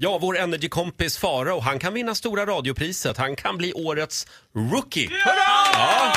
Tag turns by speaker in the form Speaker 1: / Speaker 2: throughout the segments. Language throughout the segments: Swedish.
Speaker 1: Ja, vår energikompis Farao, han kan vinna stora radiopriset. Han kan bli årets rookie. Ja,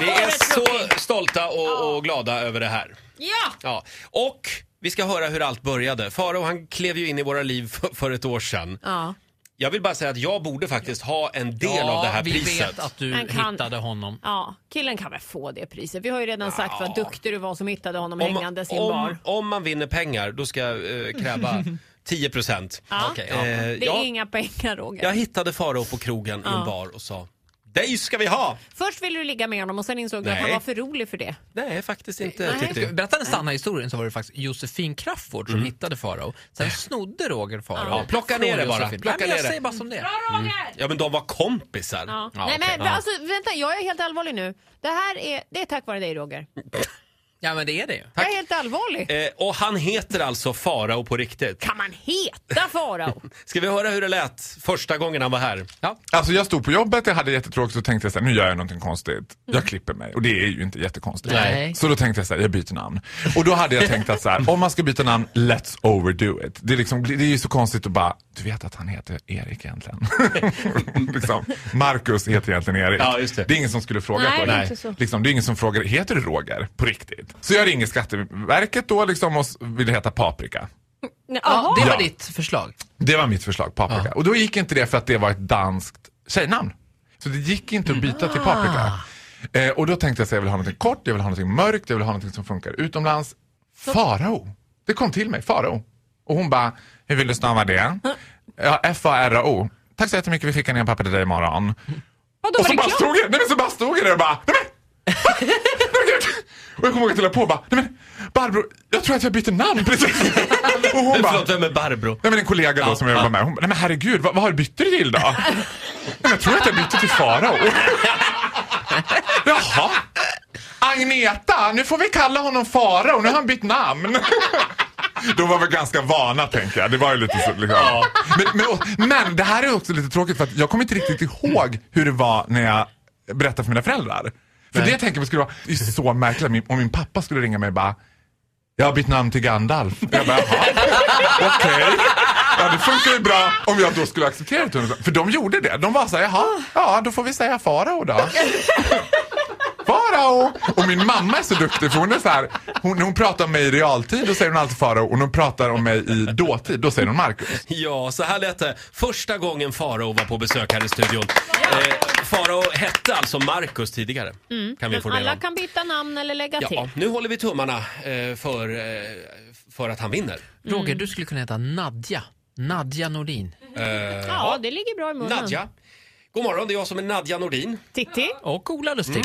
Speaker 1: vi är
Speaker 2: Årets rookie.
Speaker 1: så stolta och, och glada över det här.
Speaker 2: Ja!
Speaker 1: Ja. Och vi ska höra hur allt började. Farao, han klev ju in i våra liv för, för ett år sedan.
Speaker 2: ja.
Speaker 1: Jag vill bara säga att jag borde faktiskt ha en del
Speaker 3: ja,
Speaker 1: av det här
Speaker 3: vi
Speaker 1: priset.
Speaker 3: vet att du
Speaker 2: Han kan-
Speaker 3: hittade honom.
Speaker 2: Ja, killen kan väl få det priset. Vi har ju redan sagt vad duktig du var som hittade honom hängandes i en
Speaker 1: om,
Speaker 2: bar.
Speaker 1: om man vinner pengar, då ska jag eh, kräva 10 procent.
Speaker 2: Ja.
Speaker 3: Okej, ja.
Speaker 1: Eh,
Speaker 2: Det är
Speaker 1: ja,
Speaker 2: inga pengar Roger.
Speaker 1: jag hittade Farao på krogen i en bar och sa dig ska vi ha!
Speaker 2: Först ville du ligga med honom och sen insåg du att
Speaker 1: Nej.
Speaker 2: han var för rolig för det.
Speaker 1: Nej, faktiskt inte.
Speaker 2: Eh, Nej.
Speaker 1: tyckte jag.
Speaker 3: Berätta den sanna historien så var det faktiskt Josefin Crafoord som hittade Farao. Sen snodde Roger Farao.
Speaker 1: Ja, plocka
Speaker 3: från
Speaker 1: ner det bara.
Speaker 3: Eh. Josefin.
Speaker 1: Plocka
Speaker 3: Nej,
Speaker 1: ner
Speaker 3: men jag
Speaker 1: det.
Speaker 3: säger bara som det är.
Speaker 1: Ja, men de var kompisar.
Speaker 2: Mm. Ja.
Speaker 3: Ja,
Speaker 2: Nej
Speaker 3: okej.
Speaker 2: men alltså, vänta, jag är helt allvarlig nu. Det här är, det är tack vare dig Roger.
Speaker 3: Ja men det är det ju.
Speaker 2: Jag är helt allvarlig.
Speaker 1: Eh, och han heter alltså Farao på riktigt.
Speaker 2: Kan man heta Farao?
Speaker 1: Ska vi höra hur det lät första gången han var här?
Speaker 3: Ja.
Speaker 4: Alltså jag stod på jobbet, jag hade jättetråkigt och tänkte jag så här, nu gör jag någonting konstigt. Jag
Speaker 2: Mm.
Speaker 4: klipper mig och det är ju inte jättekonstigt.
Speaker 3: Nej.
Speaker 4: Så då tänkte jag så här, jag byter namn. Och då hade jag tänkt att så här, om man ska byta namn, let's overdo it. Det är, liksom, det är ju så konstigt att bara, du vet att han heter Erik egentligen. liksom, Marcus heter egentligen Erik.
Speaker 1: Ja, just det.
Speaker 4: är ingen som skulle fråga
Speaker 2: Nej,
Speaker 4: på
Speaker 2: det är inte så.
Speaker 4: Liksom, det är ingen som frågar, heter du Roger på riktigt? Så jag ringer Skatteverket då liksom och s- vill heta Paprika.
Speaker 2: Jaha.
Speaker 3: Det var
Speaker 4: Ja.
Speaker 3: ditt förslag.
Speaker 4: Det var mitt förslag, paprika. Och då gick inte det för att det var ett danskt tjejnamn. Så det gick inte att byta till paprika.
Speaker 2: Ah.
Speaker 4: Eh, och då tänkte jag att jag vill ha något kort, jag vill ha något mörkt, jag vill ha något som funkar utomlands. Farao. Det kom till mig, Farao. Och hon bara, hur vill du stava det? Ja, F-A-R-O. Tack så jättemycket, vi skickar ner papper till dig imorgon.
Speaker 2: Vadå,
Speaker 4: Och
Speaker 2: var
Speaker 4: så
Speaker 2: det
Speaker 4: bara
Speaker 2: klart?
Speaker 4: stod jag, nej men så bara stod jag där och bara, nej men! Nej, men gud. Och jag kommer ihåg att jag la på och bara, nej men Barbro, jag tror att jag byter namn precis. Och hon bara,
Speaker 1: Förlåt, vem är Barbro?
Speaker 4: Nej men en kollega då som jag jobbar med, hon bara, nej men herregud, vad, vad har du bytt dig till då? Nej, men jag tror att jag bytte till Farao. Jaha. Agneta, nu får vi kalla honom Farao, nu har han bytt namn. De var väl ganska vana tänker jag. Det var ju lite så, liksom. men, men, och- men det här är också lite tråkigt för att jag kommer inte riktigt ihåg hur det var när jag berättade för mina föräldrar. För det tänker jag skulle vara det är så märkligt om min- om min pappa skulle ringa mig och bara jag har bytt namn till Gandalf. Jag bara, jaha, okej. Ja, det funkar ju bra om jag då skulle acceptera det. till 100%. För de gjorde det. De var så här, jaha, ja då får vi säga farao då. Farao! Och min mamma är så duktig för hon är så här, hon, när hon pratar om mig i realtid då säger hon alltid farao och när hon pratar om mig i dåtid då säger hon Marcus.
Speaker 1: Ja, så här lät det första gången Farao var på besök här i studion. Eh, Farao hette alltså Markus tidigare. Kan vi få reda
Speaker 2: Mm. Alla
Speaker 1: om.
Speaker 2: kan byta namn eller lägga
Speaker 1: Ja,
Speaker 2: till.
Speaker 1: nu håller vi tummarna eh, för, eh, för att han vinner.
Speaker 3: Roger, du skulle kunna heta Nadja. Nadja Nordin.
Speaker 2: Ja, det ligger bra i munnen.
Speaker 1: Nadja. God morgon, det är jag som är Nadja Nordin.
Speaker 2: Titti.
Speaker 3: Och Ola Lustig.